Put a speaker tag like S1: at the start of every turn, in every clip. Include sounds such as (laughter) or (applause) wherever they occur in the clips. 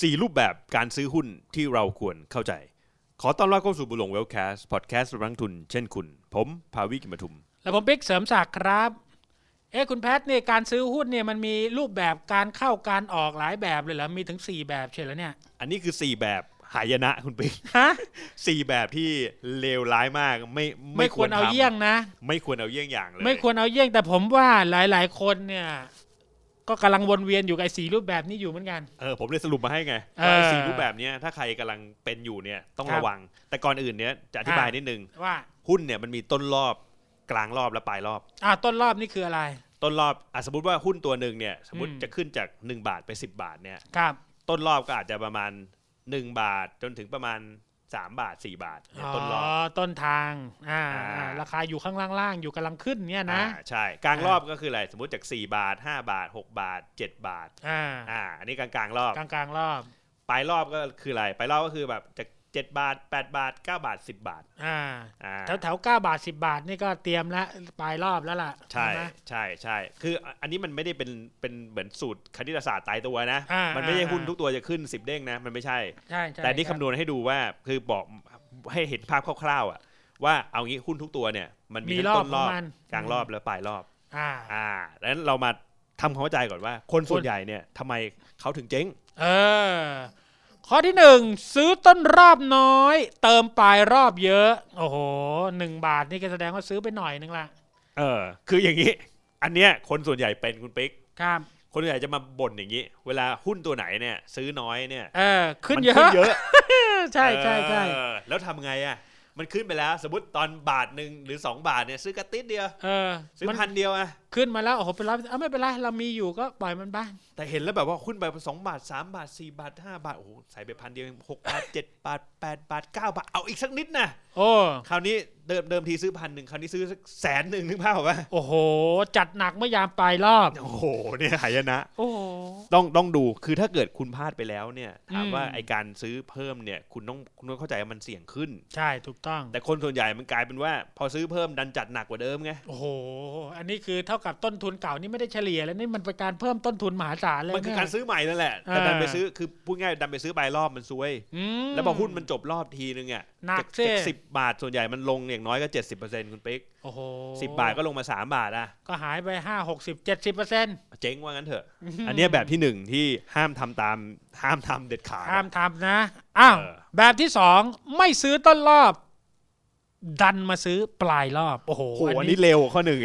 S1: สี่รูปแบบการซื้อหุ้นที่เราควรเข้าใจ ขอต้อนรับเข้าสู่บุหลงเวลแคสพอดแคสต์รังทุนเช่นคุณ ผมภาวิกิมปทุม
S2: แล้วผมบิ๊กเสริมศักดิ์ครับ เอ้คุณแพทย์เนี่ยการซื้อหุ้นเนี่ยมันมีรูปแบบการเข้าการออกหลายแบบเลยเหรอ มีถึง 4 แบบเชียวแล้วเนี่ย
S1: อันนี้คือ 4 แบบหายนะคุณปิ๊ก
S2: ฮะ
S1: (laughs) สี่แบบที่เลวร้ายมากไม่
S2: ไม่ควรเอา
S1: ทำ
S2: เยี่ยงนะ
S1: ไม่ควรเอาเยี่ยงอย่างเลย
S2: ไม่ควรเอาเยี่ยงแต่ผมว่าหลายๆ คนเนี่ย ก็กำลังวนเวียนอยู่กับไอ้สีรูปแบบนี้อยู่เหมือนกัน
S1: เออผมเลยสรุปมาให้ไง
S2: เออ
S1: ว่าไอ้สี่รูปแบบเนี้ยถ้าใครกำลังเป็นอยู่เนี่ยต้อง
S2: ครับ
S1: ระวัง แต่ก่อนอื่นเนี้ยจะอธิบายนิดนึง
S2: ว่า
S1: หุ้นเนี่ยมันมีต้นรอบกลางรอบและปลายรอบ
S2: อ่าต้นรอบนี่คืออะไร
S1: ต้นรอบอ่ะสมมติว่าหุ้นตัวหนึ่งเนี่ยสมมติ
S2: อืม
S1: จะขึ้นจาก 1 บาทไป 10 บาทเนี่ย
S2: ครับ
S1: ต้นรอบก็อาจจะประมาณ 1 บาทจนถึงประมาณ 3 บาท 4 บาทเนี่ย
S2: อ๋อ
S1: ต้นรอบ
S2: ต้นทาง อ่า
S1: อ่า
S2: ราคาอยู่ข้างล่างๆ อยู่กำลังขึ้นเนี่ยนะ
S1: อ่าใช่กลางรอบก็คืออะไรสมมติจาก 4 บาท 5 บาท 6 บาท 7 บาท
S2: อ่า
S1: อ่าอันนี้กลางกลางๆรอบ
S2: กลางๆรอบ
S1: ปลายรอบก็คืออะไรปลายรอบก็คือแบบจาก 7 บาท 8 บาท 9 บาท 10 บาท
S2: อ่า
S1: อ่า
S2: แถวแถวเก้าบาทสิบาทนี่ก็เตรียมละปลายรอบแล้วล่ะ
S1: ใช่
S2: ไหม
S1: ใช่ใช่คืออันนี้มันไม่ได้เป็นเป็นเหมือนสูตรคณิตศาสตร์ตายตัวนะ
S2: อ่ามั
S1: มันไม่ใช่
S2: อ่า
S1: หุ้นทุกตัวจะขึ้น 10 เด้งนะมันไม่ใช่
S2: ใช่ใช่
S1: แต่นี่
S2: รับ
S1: คำนวณให้ดูว่าคือบอกให้เห็นภาพคร่าวๆอ่ะว่าเอางี้หุ้นทุกตัวเนี่ยมันมี
S2: มี
S1: ทั้
S2: รง อบ
S1: ต้นร
S2: ขอ
S1: อง บ
S2: มัน
S1: กลางรอบและปลายรอบ
S2: อ่า
S1: อ่าดังนั้นเรามาทำความเข้าใจก่อนว่า คนส่วนใหญ่เนี่ยทำไมเขาถึงเจ๊ง
S2: เออ ข้อที่หนึ่งซื้อต้นรอบน้อย เติมปลายรอบเยอะ โอ้โหหนึ่งบาทนี่ก็แสดงว่าซื้อไปหน่อยนึงละ
S1: เออ คืออย่างนี้ อันเนี้ยคนส่วนใหญ่เป็นคุณปิ๊ก
S2: ครับ
S1: คนส่วนใหญ่จะมาบ่นอย่างนี้ เวลาหุ้นตัวไหนเนี่ย ซื้อน้อยเนี่ย
S2: เออ ขึ้น
S1: มั
S2: เยอะ
S1: ขึ้นเยอะ
S2: ใช่ใช่ใช่
S1: เออแล้วทำไงอ่ะมันขึ้นไปแล้ว สมมติตอนบาทหนึ่งหรือ 2 บาทเนี่ยซื้อกระติดเดียว
S2: เออ
S1: ซื้อ
S2: มัน
S1: พันเดียวอ่ะ
S2: ขึ้นมาแล้วโอ้โหเป็นร้อยเอ้าไม่เป็นไรเรามีอยู่ก็ปล่อยมันบ้าง
S1: แต่เห็นแล้วแบบว่าหุ้นไปสองบาทสามบาทสี่บาทห้าบาทโอ้โหใส่ไปพันเดียวหกบาทเจ็ดบาทแปดบาทเก้าบาทเอาอีกสักนิดนะ
S2: โอ้
S1: คราวนี้เดิมเดิมทีซื้อพันหนึ่งคราวนี้ซื้อสักแสนหนึ่งนึกภาพออกปะ
S2: โอ้โห จัดหนักเมื่อยามปลายรอบ
S1: โอ้โหเนี่ยหายนะ
S2: โอ้โห
S1: ต้องต้องดูคือถ้าเกิดคุณพลาดไปแล้วเนี่ยถามว่า
S2: อืม
S1: ไอการซื้อเพิ่มเนี่ยคุณต้องคุณต้องเข้าใจว่ามันเสี่ยงขึ้น
S2: ใช่ถูกต้อง
S1: แต่คนส่วนใหญ่มันกลายเป็นว่า พอซื้อเพิ่มดันจัดหนักกว่าเดิมไง
S2: โอ้โห อันนี้คือเท่ากับต้นทุนเก่านี่ไม่ได้เฉลี่ยแล้วนี่มันเป็นการเพิ่มต้นทุนมหาศาลเลย
S1: มันคือ
S2: เย
S1: การซื้อใหม่นั่นแหละแต่
S2: เออ
S1: ดันไปซื้อคือพูดง่ายดันไปซื้อใบรอบมันซวย
S2: ม
S1: แล้วพอหุ้นมันจบรอบทีนึงอ่ะ
S2: หนักสิ
S1: สิบบาทส่วนใหญ่มันลงอย่างน้อยก็เจ็ดสิบเปอร์เซ็นต์คุณปิ๊ก
S2: โอ้โห
S1: สิบบาทก็ลงมาสามบาทอ่ะ
S2: ก็หายไปห้าหกสิบเจ็ดสิบเปอร์เซ็นต์
S1: เจ๊งว่างั้นเถอะ อันเนี้ยแบบที่หนึ่งที่ห้ามทำตามห้ามทำเด็ดขาด
S2: ห้ามทำนะ อ้าว
S1: เออ
S2: แบบที่สองไม่ซื้อต้นรอบ ดันมาซื้อปลายรอบ โอ้โห
S1: โอ้โหอันนี้เร็วกว่าข้อหนึ่ง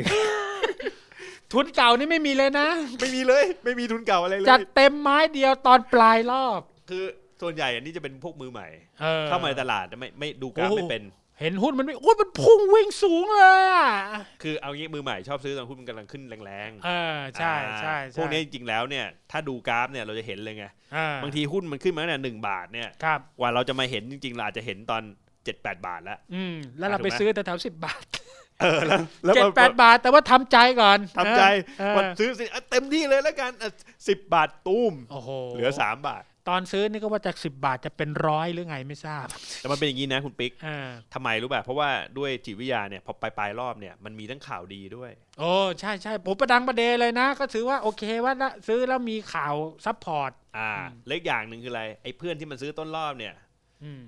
S1: (laughs)
S2: ทุนเก่านี่ไม่มีเลยนะ
S1: ไม่มีเลยไม่มีทุนเก่าอะไรเลย
S2: จัดเต็มไม้เดียวตอนปลายรอบ
S1: คือส่วนใหญ่อันนี้จะเป็นพวกมือใหม่
S2: เออ
S1: เข้ามาในตลาดไม่ไม่ดูกราฟ
S2: โอ้
S1: ไม่เป็น
S2: เห็นหุ้นมันไม่โอ้ยมันพุ่งวิ่งสูงเลยอ่ะ
S1: คือเอางี้มือใหม่ชอบซื้อตอนหุ้นมันกำลังขึ้นแรง
S2: เออ ใช่
S1: อ่า
S2: ใช่
S1: พ
S2: ใช่
S1: วกนี้จริงๆแล้วเนี่ยถ้าดูกราฟเนี่ยเราจะเห็นเลยไง
S2: เออบ
S1: างทีหุ้นมันขึ้นมาตั้งแต่หนึ่งบาทเนี่ย
S2: ครับ
S1: กว่าเราจะมาเห็นจริงๆเราอาจจะเห็นตอนเจ็ดแปดบาทแล้ว
S2: อืมแล้วเรา
S1: ถูกไหม
S2: ไปซื้อแต่แถวสิบบาท
S1: เออแล้วแล้ว
S2: เจ็ด
S1: มา
S2: แปดบาท แต่ว่าทำใจก่อน
S1: ทำใจ
S2: เออ
S1: วันซื้อสิอ่ะเต็มที่เลยแล้วกันสิบบาทตุ้ม
S2: โอ้โห
S1: เหลือสามบาท
S2: ตอนซื้อนี่ก็ว่าจากสิบบาทจะเป็นร้อยหรือไงไม่ทราบ
S1: แต่มันเป็นอย่างนี้นะคุณปิ๊ก
S2: เออ
S1: ทำไมรู้ป่ะเพราะว่าด้วยจิตวิทยาเนี่ยพอปลายๆรอบเนี่ยมันมีทั้งข่าวดีด้วย
S2: โอ้ใช่ใช่ผมประดังประเดเลยนะ ก็ถือว่าโอเคว่านะซื้อแล้วมีข่าวซัพพอร์ต
S1: อ่า
S2: อืม
S1: เล็กอย่างหนึ่งคืออะไร ไอ้เพื่อนที่มันซื้อต้นรอบเนี่ย
S2: อืม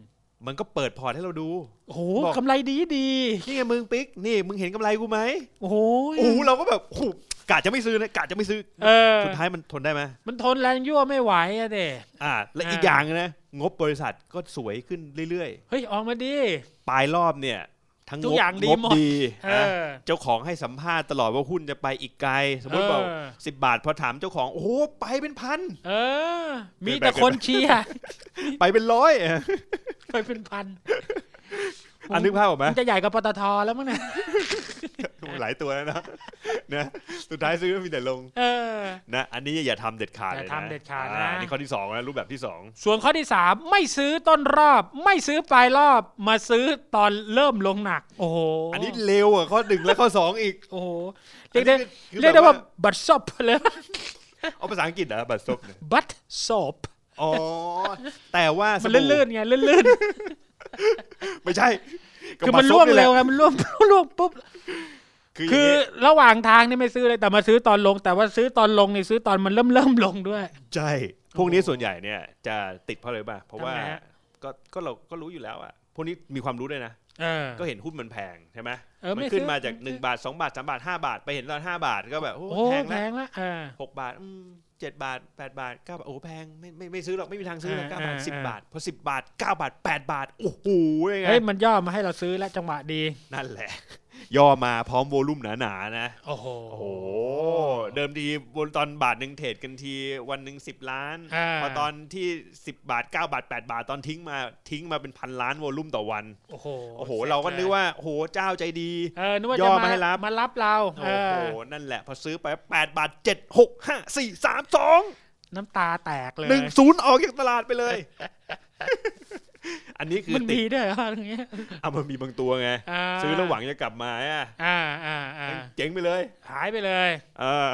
S1: มันก็เปิดพอร์ตให้เราดู
S2: โอ้โห
S1: บอก
S2: กำไรดีดี
S1: นี่ไงมึงปิ๊ก นี่มึงเห็นกำไรกูไหม
S2: โอ้โห
S1: โอ้โหเราก็แบบโอ้โหกะจะไม่ซื้อนะกะจะไม่ซื้อ
S2: เออ
S1: สุดท้ายมันทนได้ไหม
S2: มันทนแรงยั่วไม่ไหวอะเด็
S1: อ่า และอีกอย่างนะ งบบริษัทก็สวยขึ้นเรื่อย
S2: เฮ้ยออกมาดี
S1: ๆ ปลายรอบเนี่ย ทั้ง
S2: ทุ
S1: ง
S2: ก
S1: บ
S2: อย่างดี
S1: งบ
S2: หมด
S1: ดี
S2: เอ
S1: นะ
S2: อ
S1: เจ้าของให้สัมภาษณ์ตลอดว่าหุ้นจะไปอีกไกล สมมติ
S2: เออ
S1: บอกสิบบาทพอถามเจ้าของ โอ้โหไปเป็นพัน
S2: เออ มีแต่คนเชี
S1: (laughs)
S2: ยร์
S1: ไปเป็นร้อยอ่ะ
S2: ไปเป็นพัน
S1: อันนึกภาพออกไหม
S2: มันจะใหญ่กว่าปตทแล้วมั้งเนี่ย
S1: ดูหลายตัวแล้วนะ (laughs) นะสุดท้ายซื้อก็มีแต่ลง
S2: เออ
S1: นะอันนี้อย่าทำเด็ดขาดเลยนะ
S2: อย่าทำเด็ดขาดนะ
S1: อ่นี่ข้อที่สองนะรูปแบบที่สอง
S2: ส่วนข้อที่สามไม่ซื้อต้นรอบ ไม่ซื้อปลายรอบ มาซื้อตอนเริ่มลงหนัก โอ้โห
S1: อันนี้เร็วอ่ะข้อหนึ่งและข้อสองอีก
S2: โอ้โห
S1: อัน
S2: เรี
S1: นี้
S2: ยกได้
S1: คือ
S2: เรียกได้
S1: แบบ
S2: ว่าบัตซบเลย (laughs)
S1: เอาภาษาอังกฤษเหรอบัตรซบเนี่ย
S2: บัตซบ
S1: อ๋อแต่ว่า
S2: มั
S1: มัน
S2: ลื่นๆไงลื่น
S1: ไม่ใช่
S2: คือมันร่วง
S1: ก็าซดนี่แห
S2: เร็
S1: ละ
S2: วนะมันร่วง (laughs) ร่วงปุ๊บ
S1: คือ
S2: คือ
S1: อย่างงี้
S2: ระหว่างทางนี่ไม่ซื้อเลยแต่มาซื้อตอนลง แต่ว่าซื้อตอนลงนี่ซื้อตอนมันเริ่มเริ่ม (laughs) ลงด้วย
S1: ใช่พวกนี้ส่วนใหญ่เนี่ยจะติดเพราะอะไรป่ะเพราะว่า
S2: ทำไมฮะ
S1: ก็ก็เราก็รู้อยู่แล้วอ่ะพวกนี้มีความรู้ด้วยนะ
S2: เออ
S1: ก็เห็นหุ้นมันแพงใช่ไหม
S2: เออ
S1: มั
S2: ไม่
S1: ขึ้น
S2: ซื้อ
S1: มาจาก 1 บาท 2 บาท 3 บาท 5 บาท ไปเห็นตอน5บาทก็แบบโอ้
S2: โอ้
S1: แพง
S2: แพ
S1: แล้ว
S2: งละเออ
S1: หกบาทอืมเจ็ดบาท 8 บาท 9 บาท โอ้แพงไม่ไม่ไม่ซื้อหรอกไม่มีทางซื้อหรอก
S2: อ่า
S1: เก้าบาท
S2: อ่า
S1: สิบ
S2: อ่า
S1: บาทพอสิบบาทเก้าบาทแปดบาท โอ้โหยังไง
S2: เฮ้ยมันย่อมาให้เราซื้อและจังหวะดี
S1: นั่นแหละ ย่อมาพร้อมโวลุ่มหนาๆนะ
S2: โอ้โห
S1: โอ้โห เดิมทีบนตอนบาทหนึ่งเทรดกันทีวันหนึ่งสิบล้าน
S2: า
S1: พอตอนที่ 10 บาท 9 บาท 8 บาทตอนทิ้งมาทิ้งมาเป็นพันล้านโวลุ่มต่อวัน
S2: โอ้โห
S1: โอ้โห เราก็นึกว่าโอ้โหเจ้าใจดี
S2: เออนึกว่า
S1: ย่
S2: จะ
S1: อ
S2: มา
S1: มาให้รับ
S2: มารับเราเอ
S1: โอ้
S2: อ
S1: โห นั่นแหละ พอซื้อไป 8 บาท 7 6 5 4 3 2
S2: น้ำตาแตกเลย
S1: 1 0 ออกจากตลาดไปเลย
S2: (laughs)
S1: อันนี้คือ
S2: มัน
S1: ติด
S2: มีด้วยเหรออย่างเงี้ย
S1: เอามันมีบางตัวไง
S2: า
S1: ซื้อแล้วหวังจะกลับมาอ่ะ
S2: อ่าอ่าอ่า
S1: เจ๋งไปเลย
S2: หายไปเลย
S1: เออ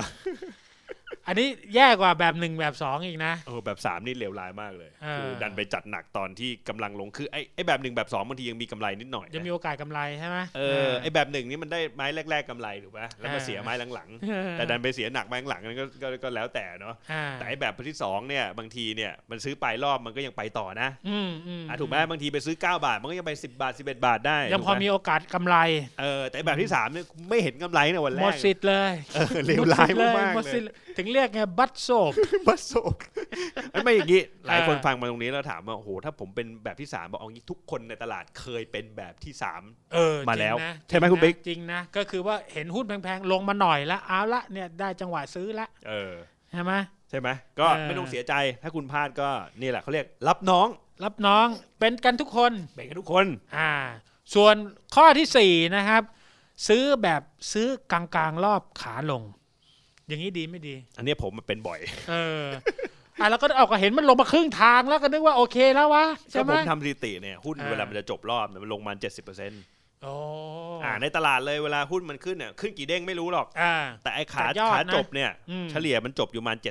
S2: อันนี้แย่กว่าแบบหนึ่งแบบสองอีกนะ
S1: โอ้โหแบบ 3 นี่เลวร้ายมากเลย
S2: เออ
S1: คือดันไปจัดหนักตอนที่กำลังลงคือไอ้ไอ้แบบหนึ่งแบบสองบางทียังมีกำไรนิดหน่อย
S2: ยัง
S1: นะ
S2: มีโอกาสกำไรใช่ไหม
S1: เออไอแบบหนึ่งนี่มันได้ไม้แรก ๆกำไรถูกป่ะแล้วมา
S2: เออ
S1: เสียไม้หลัง
S2: เออ
S1: ๆแต่ดันไปเสียหนักไม้หลังๆนั้นก็ก็ก็แล้วแต่เนาะ
S2: อ่า
S1: แต่ไอแบบที่สองเนี่ยบางทีเนี่ยมันซื้อไปรอบมันก็ยังไปต่อนะ
S2: อืมอืม
S1: อ่ะถูกไหมบางทีไปซื้อ 9 บาท มันก็ยังไป 10 บาท 11 บาทได้
S2: ยังพอ
S1: ถูกไห
S2: มีโอกาสกำไร
S1: เออแต่ไอ้แบบที่สามเนี่ยไม่เห็นกำไรในะวันแร
S2: หมด
S1: ก
S2: สิทธิ์เลย
S1: เออเลวร้ายมาก
S2: หมด
S1: ๆเล
S2: สิท
S1: ย
S2: ธิ์ถึงเรียกไงบัตรโศก
S1: บัสโซกไอ้ไม่อย่าง
S2: (laughs)
S1: นี้หลายคน
S2: เออ
S1: ฟังมาตรงนี้แล้วถามว่าโอ้โหถ้าผมเป็นแบบที่สามบอกเอางี้ทุกคนในตลาดเคยเป็นแบบที่สาม
S2: เออ
S1: มาแล้ว
S2: จริงนะ
S1: ใช่ไหมคุณบิ๊ก
S2: จริงนะก็คือว่าเห็นหุ้นแพงๆ ลงมาหน่อยละเอาละเนี่ยได้จังหวะซื้อละ
S1: เออ
S2: ใช่ไหม
S1: ใช่ไหมก็
S2: เออ
S1: ไม่ต้องเสียใจถ้าคุณพลาดก็นี่แหละเขาเรียกรับน้อง
S2: รับน้องเป็นกันทุกคน
S1: แบ่งกันทุกคน
S2: อ่า ส่วนข้อที่ 4 นะครับ ซื้อแบบซื้อกลางๆ รอบขาลง อย่างนี้ดีไม่ดี
S1: อันเนี้ยผมมันเป็นบ่อย
S2: เออ (laughs) อ่ะแล้วก็เอาก็เห็นมันลงมาครึ่งทางแล้วก็นึกว่าโอเคแล้ววะใช่
S1: ก็
S2: ไหม
S1: ผมทำสถิติเนี่ยหุ้น
S2: อ่า
S1: เวลามันจะจบรอบเนี่ยมันลงมา70%อ
S2: โอ้
S1: ่าในตลาดเลยเวลาหุ้นมันขึ้นเนี่ยขึ้นกี่เด้งไม่รู้หรอก
S2: อ่า
S1: แต่ไอ้ขา
S2: แต่ยอดนะ
S1: ขาจบเนี่ย
S2: อืม
S1: เฉลี่ยมันจบอยู่ประมาณ70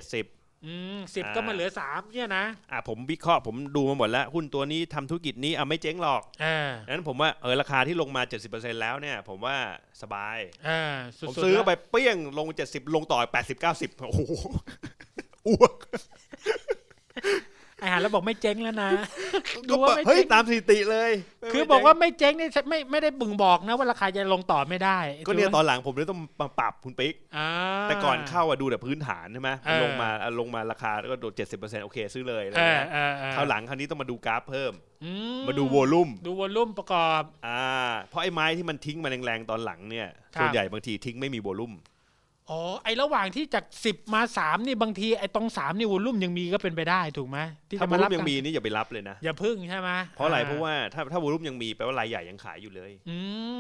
S2: อืมสิบก็มาเหลือสามเนี่ยนะ
S1: อ่าผมวิเคราะห์ผมดูมาหมดแล้ว หุ้นตัวนี้ทำธุรกิจนี้อ่ะไม่เจ๊งหรอก
S2: เออ (laughs)
S1: นั้นผมว่าเออราคาที่ลงมา 70%แล้วเนี่ย ผมว่าสบาย
S2: เออสุด
S1: ผม
S2: ๆ
S1: ซื้อ
S2: แล้ว
S1: ไปเปี้ยงลง 70 ลงต่อ 80 90 โอ้โห
S2: (laughs)
S1: อ้วก
S2: อาหารแล้วบอกไม่เจ๊งแล้วนะ
S1: (laughs)
S2: ดู
S1: ก็
S2: ว่าไม่
S1: เฮ้ย
S2: เจ๊ง
S1: ตามสถิติเลย
S2: คือบอกว่าไม่เจ๊งเนี่ยไม่ไม่ได้บึงบอกนะว่าราคาจะลงต่อไม่ได้
S1: ก็เนี่ยตอนหลังผมเลยต้องมาปรับคุณปิ๊ก
S2: อ่า
S1: แต่ก่อนเข้าอะดูแต่พื้นฐานใช่ไหม
S2: เออ
S1: ลงมาอ่ะลงมาราคาแล้วก็โดดเจ็ดสิบเปอร์เซ็นต์โอเคซื้อเลยอะไร
S2: เออ
S1: เงี้ย
S2: เออเออ
S1: คราวหลังคราวนี้ต้องมาดูกราฟเพิ่ม
S2: อื
S1: มาดูวอลลุ่ม
S2: ดูวอลลุ่มประกอบ
S1: อ่าเพราะไอ้ไม้ที่มันทิ้งมาแรงๆตอนหลังเนี่ย
S2: ครับ
S1: ส่วนใหญ่บางทีทิ้งไม่มีวอลลุ่ม
S2: อ๋อไอระหว่างที่จากสิบมาสามนี่บางทีไอตรงสามนี่วอลลุ่มยังมีก็เป็นไปได้ถูกไหมที่
S1: ถ้าวอ
S2: จะมา
S1: ล
S2: รั
S1: ลุ่
S2: บ
S1: มยังมี
S2: กัน
S1: นี่อย่าไปรับเลยนะ
S2: อย่าพึ่งใช่ไหม
S1: เพราะอะไรเพราะว่าถ้าถ้าวอลลุ่มยังมีแปลว่ารายใหญ่ยังขายอยู่เลย
S2: อื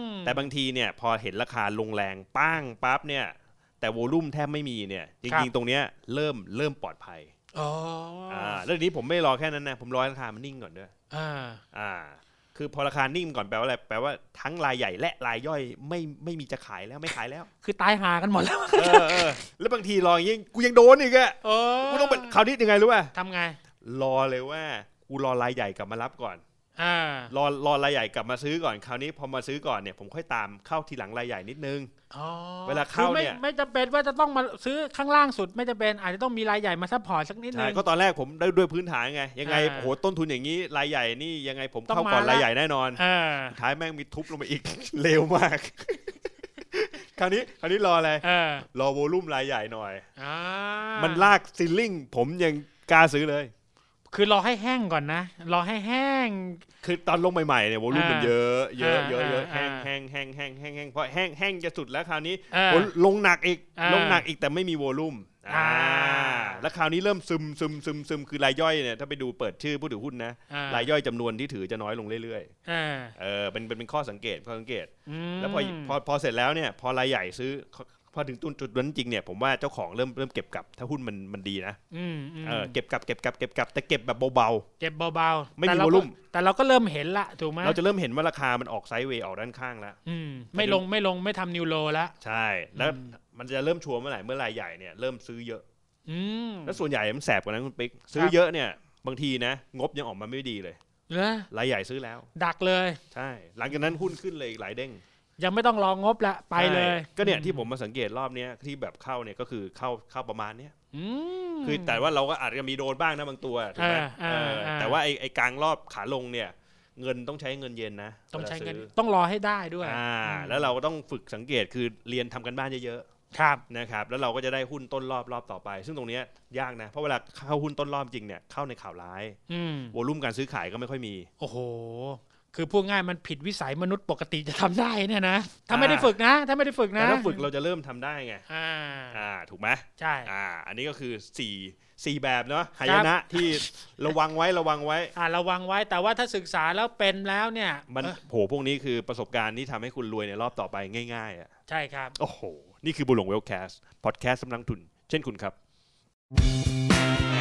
S2: ม
S1: แต่บางทีเนี่ยพอเห็นราคาลงแรงป้างปั๊บเนี่ยแต่วอลลุ่มแทบไม่มีเนี่ยจริงๆตรงเนี้ยเริ่มเริ่มปลอดภัย
S2: อ๋ออ่
S1: อ่าแล้วทีนี้ผมไม่รอแค่นั้นนะผมรอให้ราคามันนิ่งก่อนด้วย
S2: อ่า
S1: อ่า คือพอราคานิ่มก่อนแปลว่าอะไร แปลว่าทั้งรายใหญ่และรายย่อยไม่ไม่มีจะขายแล้วไม่ขายแล้ว
S2: คือตายหากันหมดแล้ว
S1: เออเออแล้วบางทีรออย่างงี้กูยังโดนอีกอะ
S2: โอ้
S1: กูต้องเป็นคราวนี้ยังไงรู้ป่ะ
S2: (laughs) ทำไง
S1: รอเลยว่ากูรอรายใหญ่กลับมารับก่อน
S2: อ่าร
S1: อรอรายใหญ่กลับมาซื้อก่อน คราวนี้พอมาซื้อก่อนเนี่ยผมค่อยตามเข้าทีหลังรายใหญ่นิดนึง
S2: อ๋อ
S1: เวลาเข้า
S2: คือไม่
S1: เนี่ย
S2: ไม่จำเป็นว่าจะต้องมาซื้อข้างล่างสุดไม่จำเป็นอาจจะต้องมีรายใหญ่มาซัพพอร์ตสักนิดนึ
S1: ใช่
S2: ง
S1: ก็ตอนแรกผมได้ด้วยพื้นฐานไง ยังไง
S2: อ่า
S1: โอ้โหต้นทุนอย่างนี้รายใหญ่นี่ยังไงผม
S2: ต้อง
S1: เข้าก่อน
S2: มาละ
S1: รายใหญ่แน่นอน
S2: เออ
S1: สุดท้ายแม่งมีทุบลงไปอีก เร็วมาก คราวนี้คราวนี้รออะไร
S2: เออ
S1: รอโวลุ่มรายใหญ่หน่อย
S2: อ่า
S1: มันลากซีลิ่งผมยังกล้าซื้อเลย
S2: คือรอให้แห้งก่อนนะ รอให้แห้ง
S1: คือตอนลงใหม่ๆเนี่ยวอลลุ่ม
S2: อ่ามั
S1: มันเยอะเยอะเยอะเยอะ
S2: อ่า
S1: แห้ง
S2: อ่า
S1: แห้งแห้งแห้งแห้งแห้งเพราะแห้งแห้งจะสุดแล้วคราวนี้
S2: เออ
S1: โอ้ลงหนักอีก
S2: อ่า
S1: ลงหนักอีกแต่ไม่มีวอลลุ่มอ่า
S2: อ่า
S1: แล้วคราวนี้เริ่มซึมซึมซึมซึมคือรายย่อยเนี่ยถ้าไปดูเปิดชื่อผู้ถือหุ้นนะ
S2: อ่
S1: รายย่อยจำนวนที่ถือจะน้อยลงเรื่อย
S2: เออ
S1: ๆเออเป็นเป็นเป็นข้อสังเกตข้อสังเกต
S2: ม
S1: แล้วพอพอพอเสร็จแล้วเนี่ยพอรายใหญ่ซื้อพอถึงจุดนั้นจริงเนี่ยผมว่าเจ้าของเริ่มเริ่มเก็บกลับถ้าหุ้นมันมันดีนะ
S2: มม
S1: เออเก็บกลับเก็บกลับเก็บกลับแต่เก็บแบบเบา
S2: เก็บเบาๆ
S1: ไม่มี
S2: แต่เาก็
S1: volume
S2: แต่เราก็เริ่มเห็นละถูกไหม
S1: ๆ เราจะเริ่มเห็นว่าราคามันออกไซด์เวย์ออกด้านข้างแล้ว
S2: อืมไม่ลงไม่ลงไม่ทำนิวโลละ
S1: ใช่ แล้วมันจะเริ่มชัวร์เมื่อไหร่เมื่อรายใหญ่เนี่ยเริ่มซื้อเยอะ
S2: อืม
S1: แล้วส่วนใหญ่มันแสบกว่านั้นคุณปิ๊ก ซื้อ
S2: ครับ
S1: เยอะเนี่ยบางทีนะ งบยังออกมาไม่ดีเลย
S2: นะ
S1: รายใหญ่ซื้อแล้ว
S2: ดักเลย
S1: ใช่ หลังจากนั้นหุ้นขึ้นเลยอีกหลายเด้ง
S2: ยังไม่ต้องรองบละไปเลย
S1: ใช่ก็เนี่ยที่ผมมาสังเกตรอบเนี้ยที่แบบเข้าเนี่ยก็คือเข้าเข้าประมาณเนี้ย
S2: อืม
S1: คือแต่ว่าเราก็อาจจะมีโดนบ้างนะบางตัวถูกไหม
S2: อ่าอ่า
S1: เอออา แต่ว่าไอ้ไอ้กลางรอบขาลงเนี่ย เงินต้องใช้เงินเย็นนะ
S2: ต้องใช้เงิน
S1: วลาซื้
S2: ต้องรอให้ได้ด้วย
S1: อ่า แล้วเราก็ต้องฝึกสังเกตคือเรียนทำกันบ้านเยอะ
S2: ครับ
S1: ๆนะครับแล้วเราก็จะได้หุ้นต้นรอบรอบต่อไป ซึ่งตรงเนี้ยยากนะเพราะเวลาเข้าหุ้นต้นรอบจริงเนี่ยเข้าในข่าวร้าย
S2: อืม
S1: วอลุ่มการซื้อขายก็ไม่ค่อยมี
S2: โอ้โห คือพูดง่ายมันผิดวิสัยมนุษย์ปกติจะทำได้เนี่ยนะถ้าไม่
S1: อ่า
S2: ได้ฝึกนะ ถ้าไม่ได้ฝึก
S1: แต่
S2: นะ
S1: ถ้าฝึกเราจะเริ่มทำได้ไง
S2: อ่า
S1: อ่าถูกไหม
S2: ใช่
S1: อ่า อันนี้ก็คือสี่สี่แบบเนาะหายนะที่ (laughs) ระวังไว้ระวังไว้
S2: อ่าระวังไว้แต่ว่าถ้าศึกษาแล้วเป็นแล้วเนี่ย
S1: มัน
S2: เออ
S1: โหพวกนี้คือประสบการณ์ที่ทำให้คุณรวยในรอบต่อไปง่ายๆอ่ะ
S2: ใช่ครับ
S1: โอ้โห นี่คือบุหลงเวลแคส พอดแคสต์สำนักทุน เช่นคุณครับ